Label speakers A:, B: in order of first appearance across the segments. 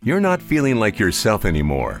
A: You're not feeling like yourself anymore.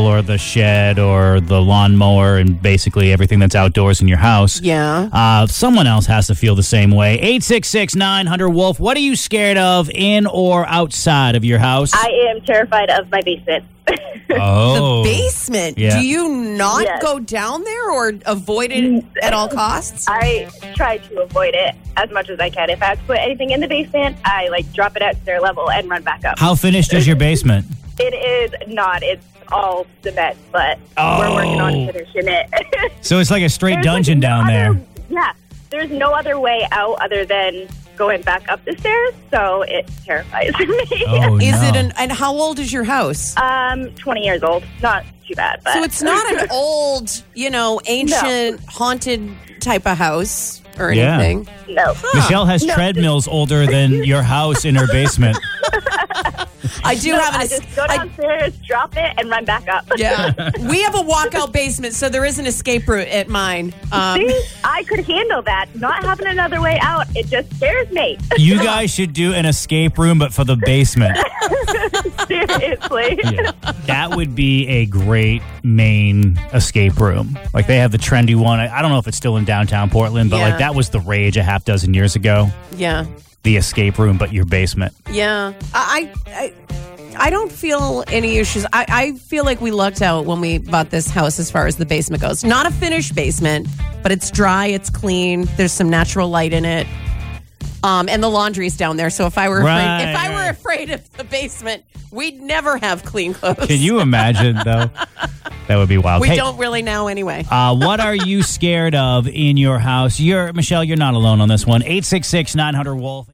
B: or the shed or the lawnmower and basically everything that's outdoors in your house.
C: Yeah.
B: Uh, someone else has to feel the same way. 866 900 Wolf, what are you scared of in or outside of your house?
D: I am terrified of my basement.
B: oh.
C: The basement.
B: Yeah.
C: Do you not
D: Yes.
C: go down there or avoid it at all costs?
D: I try to avoid it as much as I can. If I have to put anything in the basement, I like drop it at stair level and run back up.
B: How finished is your basement?
D: It is not. It's all cement, but
B: Oh.
D: we're working on finishing it.
B: So it's like a straight
D: There's,
B: dungeon
D: like,
B: down
D: no other-
B: there.
D: Yeah. There's no other way out other than going back up the stairs, so it terrifies me.
B: Oh,
C: Is
B: no.
C: it an and how old is your house?
D: Um, 20 years old. Not too bad, but
C: so it's not an old, you know, ancient haunted type of house or
B: Yeah.
C: anything.
D: no.
C: Ah,
B: Michelle has
D: No,
B: treadmills older than your house in her basement.
C: I do
D: No,
C: have an
D: I just go
C: I-
D: downstairs, drop it, and run back up.
C: yeah, we have a walkout basement, so there is an escape route at mine. Um,
D: See, I could handle that. Not having another way out, it just scares me.
B: You guys should do an escape room, but for the basement.
D: Seriously.
B: Yeah. That would be a great main escape room. Like they have the trendy one. I, I don't know if it's still in downtown Portland, but
C: Yeah.
B: like that was the rage a half dozen years ago.
C: yeah,
B: The escape room, but your basement.
C: yeah. I, I, I don't feel any issues. I, I feel like we lucked out when we bought this house as far as the basement goes. Not a finished basement, but it's dry, it's clean. There's some natural light in it. Um, and the laundry's down there. So if I were
B: Right,
C: afraid, if I
B: right.
C: were afraid of the basement, we'd never have clean clothes.
B: Can you imagine though? That would be wild.
C: We
B: Hey,
C: don't really now anyway.
B: Uh, what are you scared of in your house? You're Michelle. You're not alone on this one. Eight six six nine hundred Wolf.